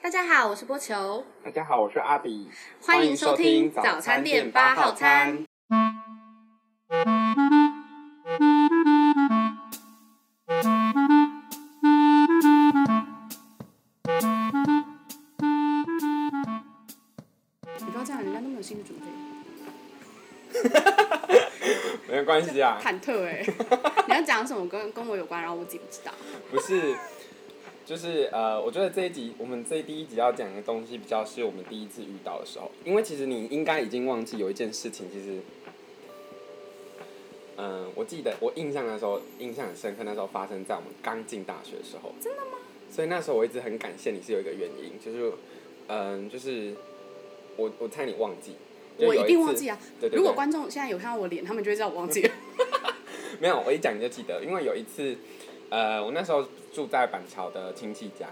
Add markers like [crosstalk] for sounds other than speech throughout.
大家好，我是波球，大家好，我是阿比，欢迎收听早餐店八号餐。。你不要这样，人家都没有心理准备， [laughs] 没有关系啊，忐忑 [laughs] 哎、你要讲什么跟跟我有关，然后我自己不知道。不是，就是呃，我觉得这一集我们这第一集要讲的东西，比较是我们第一次遇到的时候，因为其实你应该已经忘记有一件事情，其实，嗯、我记得我印象那时候印象很深刻，那时候发生在我们刚进大学的时候。真的吗？所以那时候我一直很感谢你，是有一个原因，就是嗯、就是我我猜你忘记，就我有一定次忘记啊！对对对如果观众现在有看到我脸，他们就会知道我忘记了。没有，我一讲你就记得，因为有一次，呃，我那时候住在板桥的亲戚家，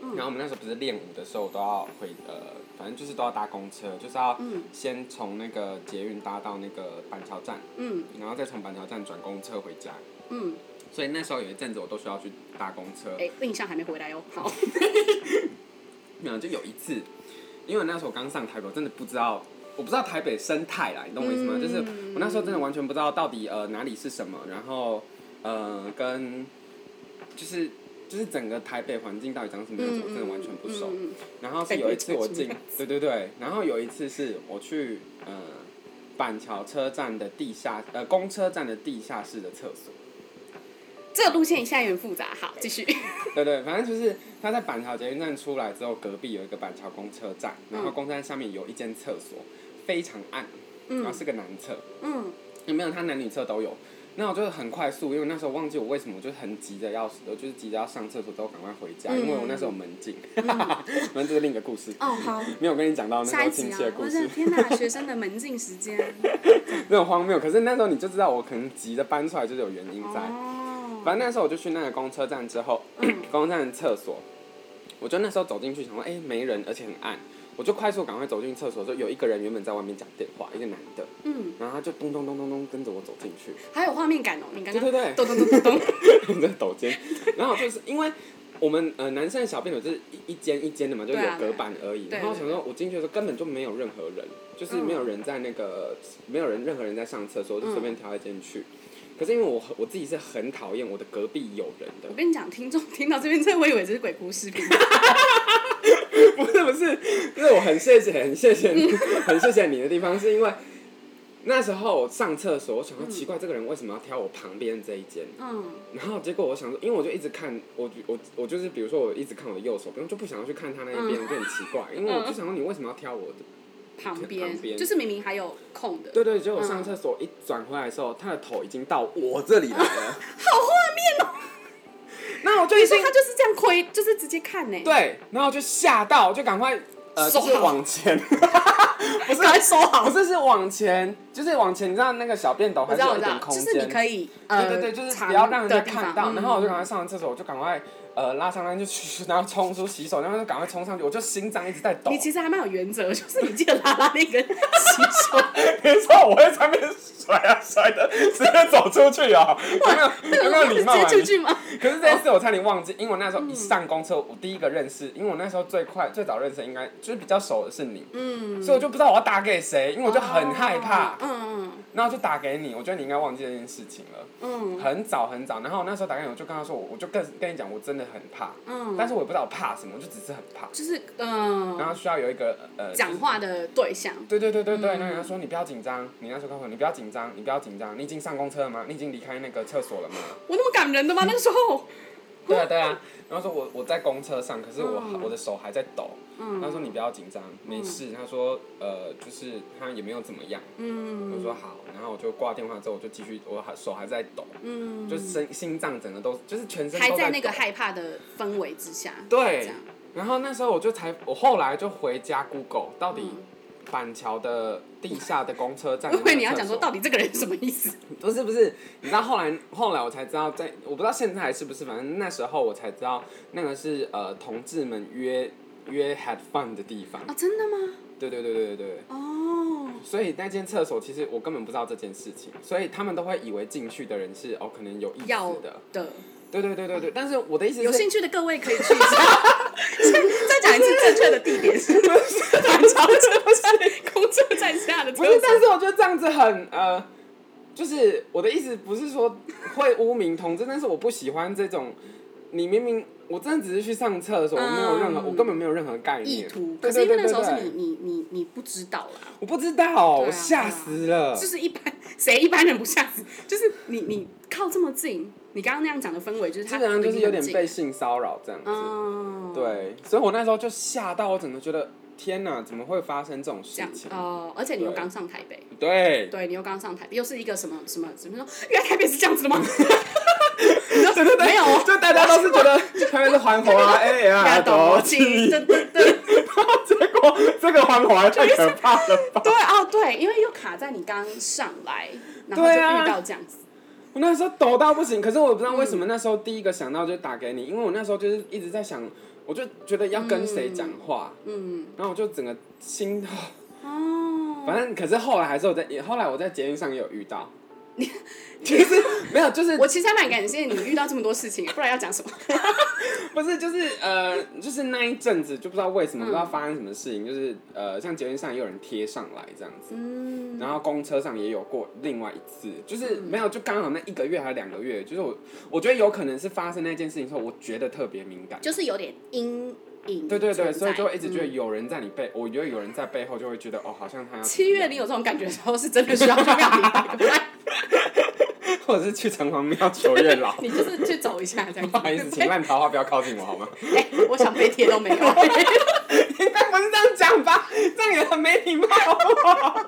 嗯然后我们那时候不是练舞的时候都要回，呃，反正就是都要搭公车，就是要嗯先从那个捷运搭到那个板桥站，嗯然后再从板桥站转公车回家。嗯，所以那时候有一阵子我都需要去搭公车，哎、印象还没回来哦。好，没有，就有一次，因为那时候我刚上台北，我真的不知道，我不知道台北生态啦，你懂我意思吗？嗯就是我那时候真的完全不知道到底呃哪里是什么，然后呃跟就是就是整个台北环境到底长什么样子，我真的完全不熟。嗯嗯嗯然后是有一次我台北长什 [laughs] 进么样，对对对，然后有一次是我去呃板桥车站的地下呃公车站的地下室的厕所。这个路线现在有点复杂，好，继续。对对，反正就是他在板桥捷运站出来之后，隔壁有一个板桥公车站，然嗯后公车站下面有一间厕所，非常暗，然后是个男厕，嗯有没有？他男女厕都有。那我就是很快速，因为那时候忘记我为什么，我就是很急着要，我就是急着要上厕所之后赶快回家，嗯因为我那时候有门禁， [laughs] 门禁是另一个故事。哦，好，没有跟你讲到那时下候一集亲啊戚的！故我事的，天哪，学生的门禁时间。那种荒谬。可是那时候你就知道我可能急着搬出来就是有原因在。哦，反正那时候我就去那个公车站之后， [clears throat] 公车站的厕所，我就那时候走进去，想说，哎、没人，而且很暗，我就快速赶快走进厕所，就有一个人原本在外面讲电话，一个男的，嗯，然后他就咚咚咚咚咚跟着我走进去，还有画面感哦，你刚刚对对对咚咚咚咚咚，你 [laughs] 在抖肩，然后就是因为。我们呃男生的小便斗就是一一间一间的嘛，就是对有啊隔板而已。对然后我想说，我进去的时候根本就没有任何人，就是没有人在那个、没有人任何人在上厕所，我就随嗯便挑一间去。可是因为我我自己是很讨厌我的隔壁有人的我，跟你讲，听众听到这边，这我以为这是鬼故事频道。不是不是，就是我很谢谢很谢谢你， [laughs] 很谢谢你的地方，是因为那时候我上厕所，我想说奇怪，这个人为什么要挑我旁边这一间？嗯然后结果我想说，因为我就一直看，我我我就是比如说我一直看我的右手边，我就不想要去看他那一边，就很奇嗯怪，因为我就想说你为什么要挑我的？旁旁边边就是明明还有空的，对对，结果我上嗯厕所一转回来的时候，他的头已经到我这里来了，好画面哦。 [laughs] 那我就嗯你已说经他就是这样窥，就是直接看呢，，对，然后我就吓到，就赶快呃就手是好往 [laughs] 前。不是赶快收好不，是是往前，就是往前，你知道那个小便斗我还知是有道我一知点道，空就间。是你可以呃，对对对，就是长不要让人家的地方看到。然后我就赶快嗯上完厕所，我就赶快呃拉上来就去， [laughs] 然后冲出洗手，然后就赶快冲上去，我就心脏一直在抖。 [laughs] 你其实还蛮有原则，就是你记得拉拉那个洗 [laughs] 手，别说我会上面甩啊甩的，直接走出去啊、有没有有没有礼貌啊？直接出去哦嗯吗？可是这一次我差点忘记，因为我那时候一上公车，我第一个认识，因为我那时候最快最早认识，应该就是比较熟的是你，嗯，所以我就不知道我要打给谁，因为我就很害怕哦，嗯然后就打给你，我觉得你应该忘记这件事情了。嗯嗯很早很早，然后那时候打给你，我就跟他说，我我就跟跟你讲，我真的很怕，嗯，但是我也不知道我怕什么，我就只是很怕，就是然嗯，后需要有一个呃讲。话嗯的对象，就是对对对对对，那人家说你不要紧张，你那时候跟我说你不要紧张，你不要紧张，你已经上公车了吗？你已经离开那个厕所了吗？我那么感人的吗？那个时候， [laughs] 对啊对啊，然后说我我在公车上，可是我、嗯我的手还在抖。他嗯说你不要紧张，没事。他说呃，就是他也没有怎么样。我嗯说好，然后我就挂电话之后，我就继续，我还手还在抖，嗯，就心心脏整个都就是全身还都在在那个抖害怕的氛围之下，这对样，然后那时候我就才，我后来就回家 Google 到底板桥的地下的公车站嗯我有没以为有你要厕讲说所到底这个人是什么意思？不是不是，你知道后来后来我才知道在，我不知道现在还是不是，反正那时候我才知道那个是呃同志们约约 had fun 的地方，啊，真的吗？对对对对对对。哦，所以那间厕所其实我根本不知道这件事情，所以他们都会以为进去的人是哦可能有意思要的，的，对对对对对。但是我的意思有是 [laughs] 兴，趣的各位可以去一下。再讲一次，正确的地点 [laughs] 是板桥车站公车站下的车不是，但站。是我觉得这样子很呃，就是我的意思不是说会污名同志，但是我不喜欢这种，你明明我真的只是去上厕所，我没有任何，嗯我根本没有任何概念意图，，对可是对因对为那对时候是对，你你你你不知道啦，我不知道，对啊我吓死了就，是一般谁一般人不吓死，就是你你靠这么近，你刚刚那样讲的氛围就是基他本上就是有离点你很被近性骚扰这样子，嗯，对，所以我那时候就吓到，我整个觉得天哪，怎么会发生这种这事样情？哦，而且你又对刚上台北，对，对你又刚上台北，又是一个什么什么什么说，原来台北是这样子的吗？ [laughs] 你知道没有哦，就大家都是觉 [laughs] 得他们是环啊华 A L 大 R 斗斗鸡，气，对对哦对 [laughs] 结果这个环华太可怕了吧？对哦对，因为又卡在你刚上来，然后就对啊遇到这样子，我那时候抖到不行，可是我不知道为什么那时候第一个想到就是打给你，因为我那时候就是一直在想，我就觉得要跟谁讲话，嗯然后我就整个心，哦，反正可是后来还是我在，也后来我在捷运上也有遇 [laughs] 到，就是没有，就是我其实还蛮感谢你遇到这么多事情，不然要讲什么？ [laughs] 不是就是呃，就是那一阵子就不知道为什么、不知道发生什么事情，就是呃，像捷运上也有人贴上来这样子，嗯，然后公车上也有过另外一次，就是没有，就刚好那一个月还是两个月，就是我我觉得有可能是发生那件事情之后，我觉得特别敏感。就是有点阴影存在，对对对，所以就会一直觉得嗯。有人在你背，我觉得有人在背后就会觉得哦，好像 [laughs] 他要七月你有这种感觉的时候，是真的需要去庙里拜 [laughs] 个拜，。或者是去城隍庙求月老你就是去走一下这样子。不好意思，请烂桃花不要靠近我 [laughs] 好吗？ [laughs] 哎、我想被贴都没有。 [laughs] 应该不是这样讲吧？这样也很没礼貌，好不好？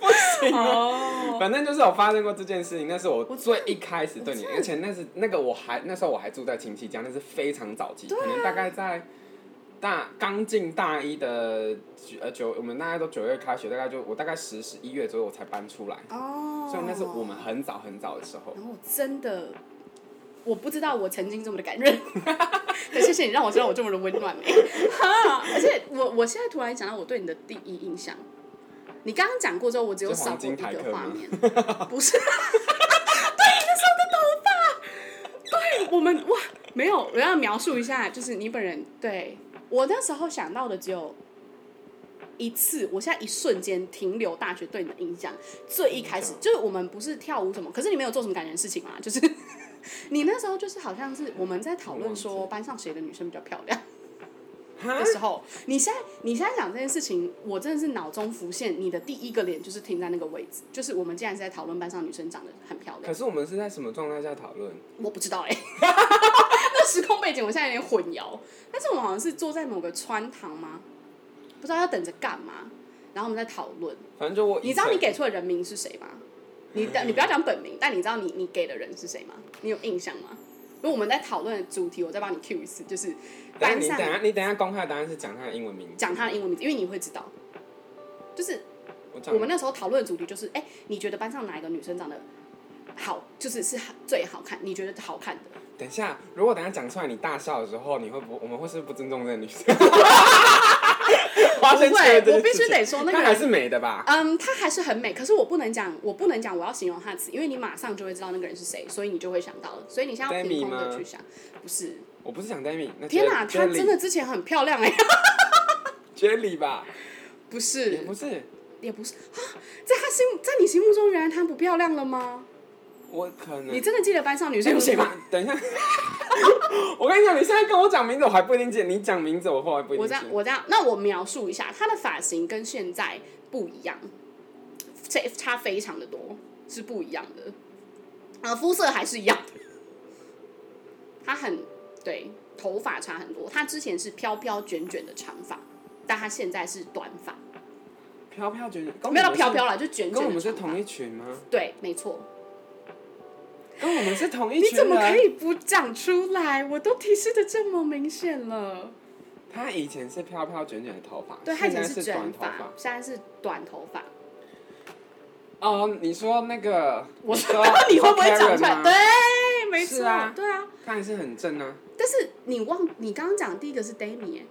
不行啊！哦，反正就是有发生过这件事情，那是我最一开始对你，而且那是那个我还那时候我还住在亲戚家，那是非常早期，可能啊大概在大刚进大一的九呃九，我们大概都九月开学，大概就我大概十十一月左右我才搬出来，哦，所以那是我们。很早很早的时候。然后我真的，我不知道我曾经这么的感人。 [laughs] 对，谢谢你让我知道我这么的温暖、欸。哈，而且我我现在突然想到我对你的第一印象，你刚刚讲过之后，我只有是扫黄过一金台个客画吗面，不是。对， [laughs] 那时候的头发，对我们哇，没有，我要描述一下，就是你本人对我那时候想到的只有。一次，我现在一瞬间停留大学对你的印象，最一开印始象就是我们不是跳舞什么，可是你没有做什么感人的事情嘛，就是 [laughs] 你那时候就是好像是我们在讨论我说忘班上谁的女生比较漂亮，哈的时候，你现在你现在讲这件事情，我真的是脑中浮现你的第一个脸就是停在那个位置，就是我们竟然是在讨论班上女生长得很漂可亮，是我们是在什么状态下讨论？我不知道哎、欸， [laughs] 那时空背景我现在有点混淆，但是我们好像是坐在某个穿堂吗？不知道要等着干嘛，然后我们在讨论，反正就我以前，你知道你给出的人名是谁吗？你嗯的你不要讲本名，但你知道你你给的人是谁吗？你有印象吗？如果我们在讨论的主题，我再帮你 Q 一次，就是等下班你上等下你等下公开的答案是讲他的英文名字，讲他的英文名字，因为你会知道，就是我我们那那时候讨论的主题就是，哎、你觉得班上哪一个女生长得好，就是是好最好看？你觉得好看的？等下，如果等下讲出来你大笑的时候，你会不我们会是不尊重这个女生？ [laughs] 我要先不会确认这件我必须事情得说那个她还是美的吧？嗯，她还是很美，可是我不能讲，我不能讲我要形容她的词，因为你马上就会知道那个人是谁，所以你就会想到了，所以你现在要凭 Demi 空的吗去想，不是？我不是讲 Demi，那天哪、哪，她真的之前很漂亮哎、 Jelly 吧？ [laughs] 不也是不，是，也不是啊，在她心，在你心目中，原来她不漂亮了吗？我可能你真的记得班上女哎生有谁吗？？等一下， [laughs] 我跟你讲，你现在跟我讲名字，我还不一定记得；你讲名字，我后来不一我定这记样，得。我这样，那我描述一下，她的发型跟现在不一样，这差非常的多，是不一样的。啊，肤色还是一样的，她很对，头发差很多。她之前是飘飘卷卷的长发，但她现在是短发，飘飘卷卷，跟没有我到们飘是飘，啦，就卷卷的跟我们是长发同一群吗？对，没错。跟我们是同一你群怎人。么可以不讲出来？我都提示的这么明显了。他以前是飘飘卷卷的头发，对，她以现在前是卷短头发。现在是短头发。哦，你说那个，我说 [laughs] 你会不会讲长出来？对，没是错，啊对啊。看是很正啊。但是你忘，你刚刚讲的第一个是 Dami，哎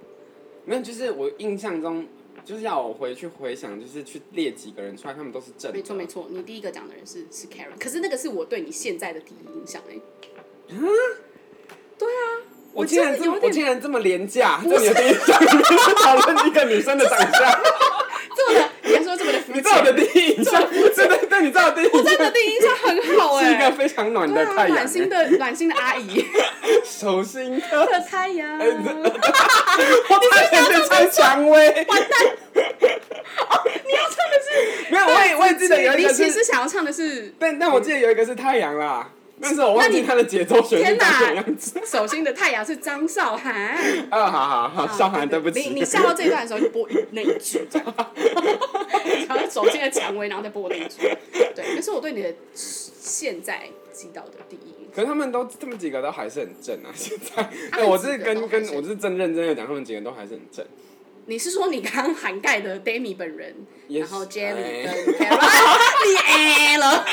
没有，就是我印象中，就是要我回去回想，就是去列几个人出来，他们都是正的。没错没错，你第一个讲的人是是 Karen，可是那个是我对你现在的第一印象哎、我竟然真的这么有我点竟然这么廉价，在你的第一印象里面就讨论一个女生的长相， [laughs] 这 [laughs] 么的，你还说这么的肤你在我的浅？第一印象，对对对，你在我的第一印真象的第一印象很好是一哎、个非常暖对的啊，太阳暖，心的暖心的阿姨手心的，的 [laughs] 太阳， [laughs] 你我差点在唱蔷薇，哦要唱的是， [laughs] 没有，我也我也记得有一你个其是，实想要唱的是但但我记得有一个是太阳啦，但是我忘嗯那记你它的节奏旋律天长什哪么样子。 [laughs] 手心的太阳是张韶涵，啊，好好好， [laughs] 啊少涵，对不起，你你下到这一段的时候就播那一句，这样，然后手心的蔷薇，然后再播那一句，对，那是我对你的现在记到的第一印象。 [laughs] 可是他们都他们几个都还是很正啊，现在。他对，们我几个是都跟还跟是我是真认真的讲，他们几个都还是很正。你是说你刚刚涵盖的 Demi 本人，也然后是 Jelly 哎跟 Kara，你 [laughs] 哎了。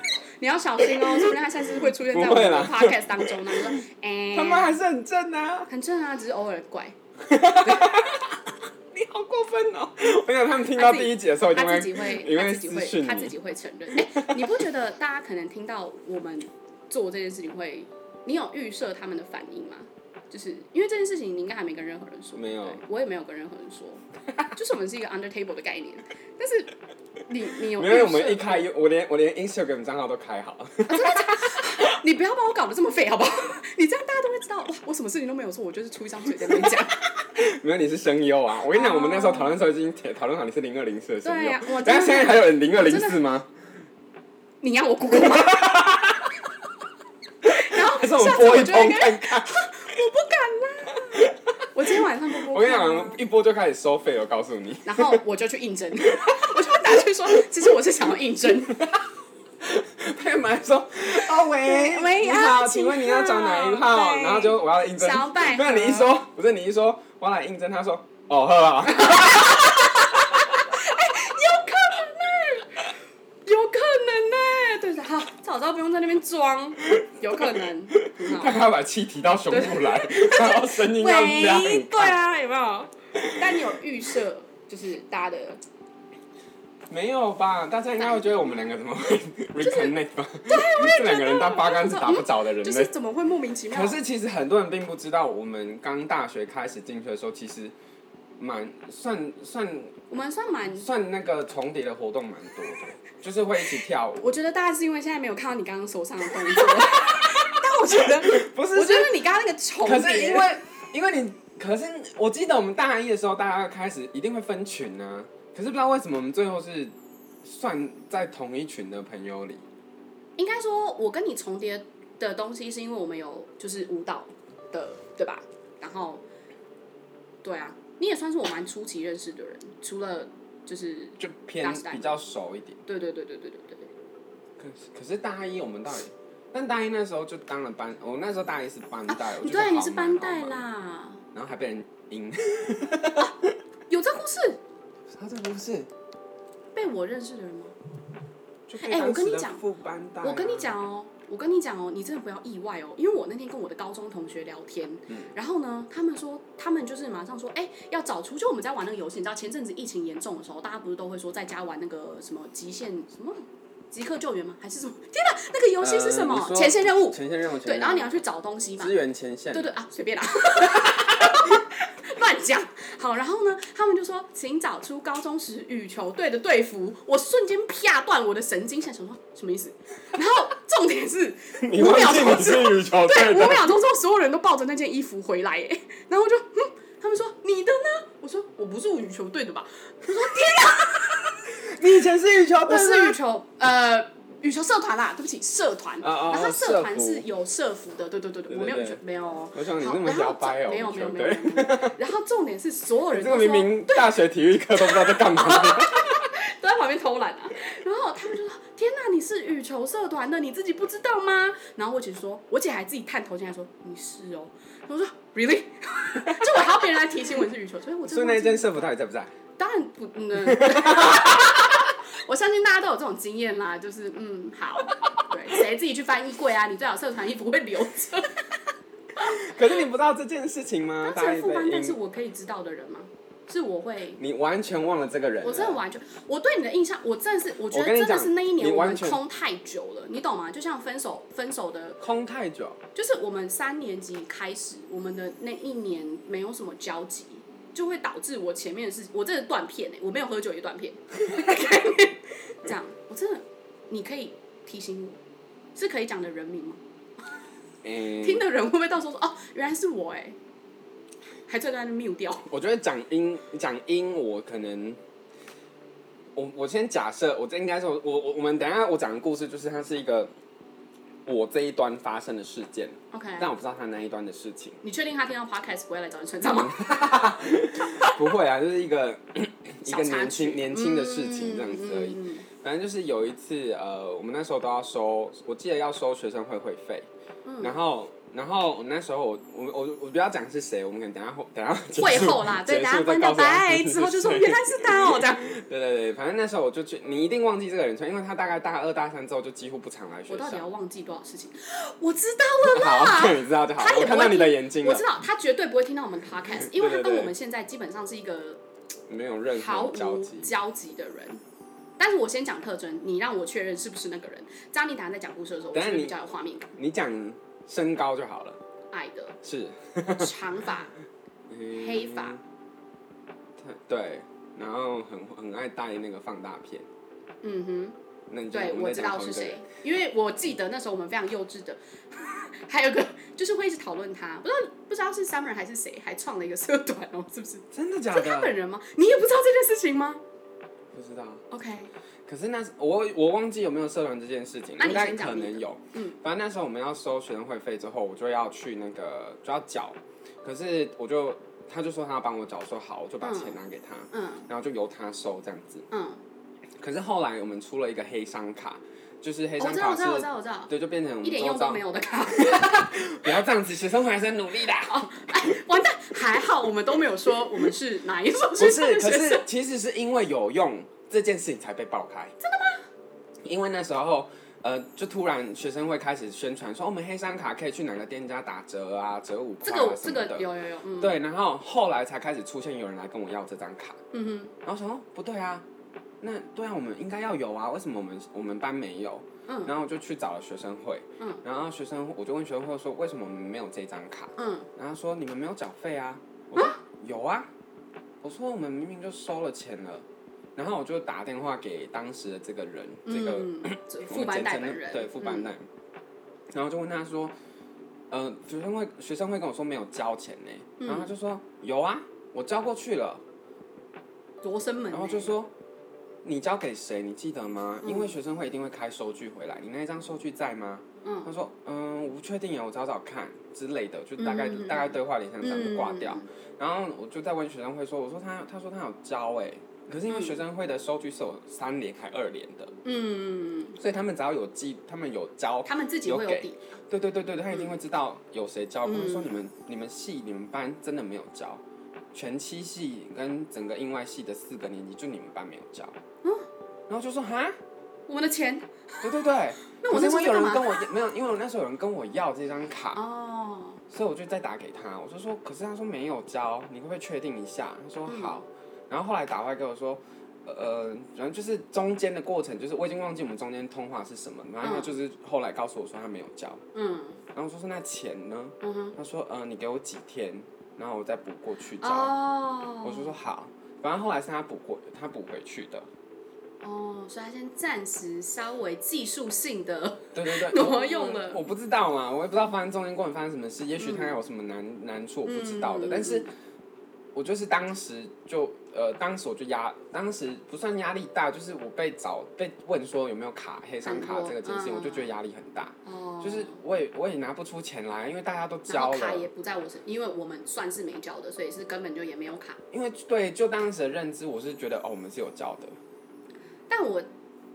[laughs] 你要小心哦，说不定他下次会出现在我不会们的啦 podcast 当中呢。你说，哎、 [laughs] 他们还是很正啊！很正啊，只是偶尔怪。你好过分哦！我想他们听到第一集的时候，一定他自己会，因他为自己私会，讯他自己你。会承认。哎、你不觉得大家可能听到我们做这件事情会，你有预设他们的反应吗？就是因为这件事情，你应该还没跟任何人说，没有对我也没有跟任何人说，就是我们是一个 under table 的概念。但是你你有没有，预我们设一开，我连我连 Instagram 账号都开好了。你不要把我搞得这么废好不 [laughs] 好？你这样大家都会知道，哇，我什么事情都没有做，我就是出一张嘴在那边讲。没有，你是声优啊！我跟你讲，我们那时候讨论的时候已经讨论好你是零二零四的声对优呀我。真的但是现在还有人零二零四吗？你要我 Google 吗？ [laughs] 然 [laughs] 后还是下我们次我播一就会通跟看看？[laughs] 我不敢啦，我今天晚上不播。我跟你讲，一播就开始收费了，我告诉你。然后我就去应征， [laughs] 我就打去说，其实我是想要 [laughs] 应征。他干嘛说？哦喂喂你啊好，请请问你要找哪一号？对然后就我要 [laughs] 应征。小百不合是你一说，不是你一说，我要来应征，他说哦呵啊，有可能呢、对的，好，早知道不用在那边装，有可能，很他好。还要把气提到胸部来，然后声音要喂，压很对大。啊，有没有？但你有预设，就是大家的，没有吧？大家应该会觉得我们两个怎么会 reconnect 吧？对，我这两个人当八竿子打不着的人嗯就是类。怎么会莫名其妙？可是其实很多人并不知道，我们刚大学开始进去的时候，其实蛮算算我们算蛮，算那个重叠的活动蛮多的， [laughs] 就是会一起跳舞。我觉得大家是因为现在没有看到你刚刚手上的动作， [laughs] 但我觉得， [laughs] 不是，我觉是得你刚刚那个重可是叠因，为因为你，可是我记得我们大一的时候，大家开始一定会分群啊。可是不知道为什么我们最后是算在同一群的朋友里。应该说，我跟你重叠的东西是因为我们有就是舞蹈的，对吧？然后，对啊，你也算是我蛮初期认识的人，除了就是，就偏大时代比较熟一点。对对对对对对对对，可是可是大一我们到底，但大一那时候就当了班，我那时候大一是班带，我你觉得啊对，你是好忙班带，好忙啦，然后还被人阴。有这故事他这不是？被我认识的人吗？就哎我跟你讲副班带、啊我跟你，讲哦，我跟你讲哦，你真的不要意外哦，因为我那天跟我的高中同学聊天，嗯然后呢，他们说他们就是马上说，哎，要找出，就我们在玩那个游戏，你知道前阵子疫情严重的时候，大家不是都会说在家玩那个什么极限什么极客救援吗？还是什么？天哪，那个游戏是什么？呃你说前线任务。前线任务，对，然后你要去找东西嘛支。援前线，对对啊，随便啦，乱讲。好，然后呢，他们就说，请找出高中时羽球队的队服。我瞬间啪断我的神经线，想说什么意思？然后重点是你五忘秒记钟你之后，是羽球对，队五的。秒钟之后，所有人都抱着那件衣服回来，哎，然后我就，嗯，他们说你的呢？我说我不是羽球队的吧？你以前是羽球队我吗是羽球，呃，羽球社团啦，对不起，社团。啊啊啊然后它社社团服是有社服的，对对对对我没有对羽球对，没有哦。我想你好这么然后摇摆哦没有羽没有球没有没有。没 [laughs] 有然后重点是所有人你这都个说明明大学体育课都不知道在干 [laughs] 嘛，都在旁边偷懒啊。然后他们就说：“天哪，你是羽球社团的，你自己不知道吗？”然后我姐说，我姐还自己探头进来说：“你是哦。”然后我说：“Really？” [laughs] 就我还要别人来提醒我是羽球，所以我真所的以那一忘记间社服到底在不在？当然不，嗯，我相信大家都有这种经验啦，就是嗯，好，对，谁自己去翻衣柜啊？你最好社团衣服会留着。可是你不知道这件事情吗？[laughs] 当大成一副被班，但是阴我可以知道的人吗？是我会，你完全忘了这个人了，我真的完全，我对你的印象，我真的是，我觉我得跟你真的讲是那一年你我完们全空太久了，你懂吗？就像分手分手的空太久，就是我们三年级开始，我们的那一年没有什么交集，就会导致我前面的事，我真的断片欸我没有喝酒也断片， [laughs] 这样我真的，你可以提醒我，是可以讲的人名吗？嗯，听的人会不会到时候说哦，原来是我哎、还在那边 mute 掉，我觉得讲音讲音，我可能，我我先假设，我这应该是我我我们等一下我讲的故事，就是它是一个我这一端发生的事件， ，OK，但我不知道他那一端的事情。你确定他听到 podcast 不会来找你算账吗？不会啊，就是一个一小个插年曲轻年轻的事情这样子而已。嗯嗯嗯反正就是有一次，呃，我们那时候都要收，我记得要收学生会会费，嗯然后。然后我那时候我我我我不要讲是谁，我们可能等一下后等一下结束会后啦，对，结等束下再关掉，告诉大家 [laughs] 拜之后就说是谁原来是他哦，这 [laughs] 样。对对对，反正那时候我就去，你一定忘记这个人因为他大概大二大三之后就几乎不常来学我到底要校。忘记多少事情？我知道了啦。 [laughs] 好，这样你知道就好他。也我不看会到你的听眼睛我了知，道他绝对不会听到我们的 [laughs] podcast，因为他对对跟对我们现在基本上是一个没有任毫何无交集。交集的人。但是我先讲特征，你让我确认是不是那个人。这样你等下在讲故事的时候，我等觉下得你比较有画面感。你讲身高就好了，矮的，是嗯长发，黑发，对，然后很很爱带那个放大片。嗯那 [laughs] 你哼，就对，们我在知讲道同是一个人谁，因为我记得那时候我们非常幼稚的， [laughs] 还有一个就是会一直讨论他，不知道不知道是 Summer 还是谁，还创了一个社团哦，是不是？真的假是他的？本人吗？你也不知道这件事情吗不知道。 ？OK，可是那时我我忘记有没有社团这件事情，啊那你应该先讲可你的能有。嗯，反正那时候我们要收学生会费之后，我就要去那个就要缴，可是我就他就说他要帮我缴，说好，我就把嗯钱拿给他，嗯然后就由他收这样子。嗯，可是后来我们出了一个黑商卡，就是黑我商知道，卡嗯哦我知是道，我知道，我知道。对，就变成我们一点周用都遭没有的卡， [laughs] 不要这样子，学生会还是很努力的。哎完蛋！还好我们都没有说我们是哪一所不学是校，的可学是生。其实是因为有用这件事情才被爆开。真的吗？因为那时候。呃，就突然学生会开始宣传说，哦我们黑山卡可以去哪个店家打折啊，折五这块、啊、个什这么个的。有有有，嗯，对，然后后来才开始出现有人来跟我要这张卡，嗯然后我想哦，不对啊，那对啊，我们应该要有啊，为什么我们我们班没有？嗯然后我就去找了学生会，嗯然后学生我就问学生会说，为什么我们没有这张卡？哼，嗯，然后说你们没有缴费啊？我说有啊，我说我们明明就收了钱了，然后我就打电话给当时的这个人，这个嗯这我副们班简代称本人，嗯对副班代，然后就问他说，呃，学生会学生会跟我说没有交钱呢、然后他就说有啊，我交过去了，嗯罗生门，然后就说。你交给谁？你记得吗？因为学生会一定会开收据回来，你那一张收据在吗？嗯他说，嗯，我不确定耶，我找找看之类的，就大概、嗯嗯嗯大概对话了一下，这样就挂掉。嗯然后我就在问学生会说，我说他他说他有交哎、可是因为学生会的收据是有三连还二连的，嗯，所以他们只要有记，他们有交，他们自己会有底，对对对对，他一定会知道有谁交。嗯他们说你们你们系你们班真的没有交，全七系跟整个印外系的四个年级就你们班没有交。嗯然后就说哈，我们的钱对对对，那我可那时是候因为有在干人嘛跟我没有，因为我那时候有人跟我要这张卡，哦，所以我就再打给他，我就说，可是他说没有交，你可不可以确定一下？他说嗯好，然后后来打回来给我说，呃，反正就是中间的过程，就是我已经忘记我们中间通话是什么，然后他就是后来告诉我说他没有交，嗯然后我说是那钱呢？嗯哼，他说，呃，你给我几天，然后我再补过去交，哦，我就说好，反正后来是他补过，他补回去的，哦，所以他先暂时稍微技术性的，对对对，嗯 [laughs] 挪我用了我不知道嘛，我也不知道发生中间过程发生什么事，也许他有什么难、难处我不知道的，嗯但是我就是当时就呃，当时我就压，当时不算压力大，就是我被找被问说有没有卡黑商卡很多这个件事情，嗯我就觉得压力很大，哦，就是我也我也拿不出钱来，因为大家都然交后卡了，也不在我身，因为我们算是没交的，所以是根本就也没有卡。因为对就当时的认知，我是觉得哦，我们是有交的，但我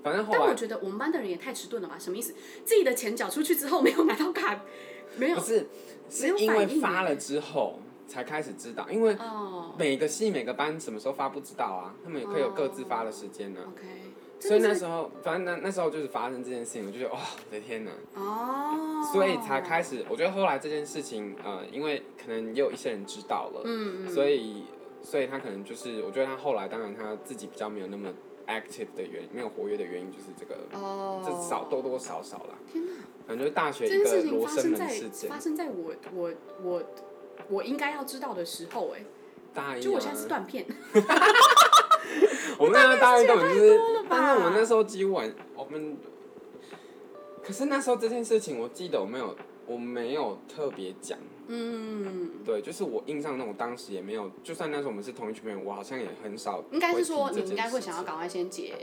反正后但我来觉得我们班的人也太迟钝了吧？什么意思？自己的钱缴出去之后没有拿到卡，没有不是没是有因为反应发耶了之后才开始知道，因为。哦每个系每个班什么时候发不知道啊，他们也可以有各自发的时间呢、哦，OK，所以真那的是时候，反正那那时候就是发生这件事情，我就觉得哇，我的天哪！哦，所以才开始，我觉得后来这件事情，呃，因为可能也有一些人知道了，嗯，嗯所以所以他可能就是，我觉得他后来当然他自己比较没有那么 active 的原因，没有活跃的原因就是这个，哦，这少多多少少啦。天哪，反正就是大学这一个件事情罗发生生在门事件发，生在我我我我应该要知道的时候、欸，大一、就啊我，现在是断片，我们那大一根本就是多了吧，但是我们那时候几乎晚，我们，可是那时候这件事情，我记得我没有，我没有特别讲，嗯，对，就是我印象中，我当时也没有，就算那时候我们是同一群朋友，我好像也很少，应该是说你应该会想要，赶快先解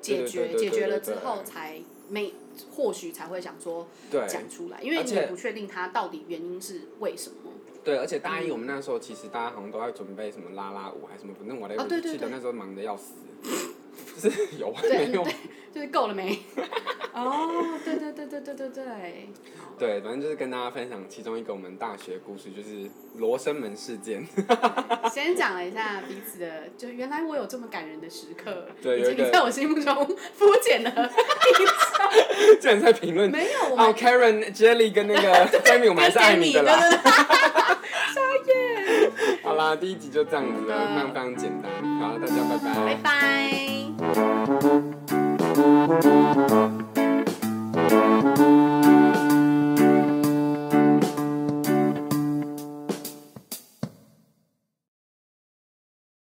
解对对决，对对解决对对了之对后才没或许才会想说对讲出来，因为而你且也不确定他到底原因是为什么。对，而且大嗯一我们那时候其实大家好像都在准备什么啦啦舞还是什么，反正我来，哦对对记得对那时候忙的要死， [laughs] 就是有完对没有对，就是够了没？ [laughs] 哦，对对对对对对对，对，反正就是跟大家分享其中一个我们大学故事，就是罗生门事件，好先讲了一下彼此的，就原来我有这么感人的时刻，对已有一经个在我心目中 [laughs] 肤浅了， [laughs] 竟然在评论。没有我哦们，Karen、Jelly 跟那个 [laughs] Jamie，我们还是爱你的啦。对对对好啦，第一集就这样子了，好的 [laughs] 非常非常简单。好，大家拜拜拜。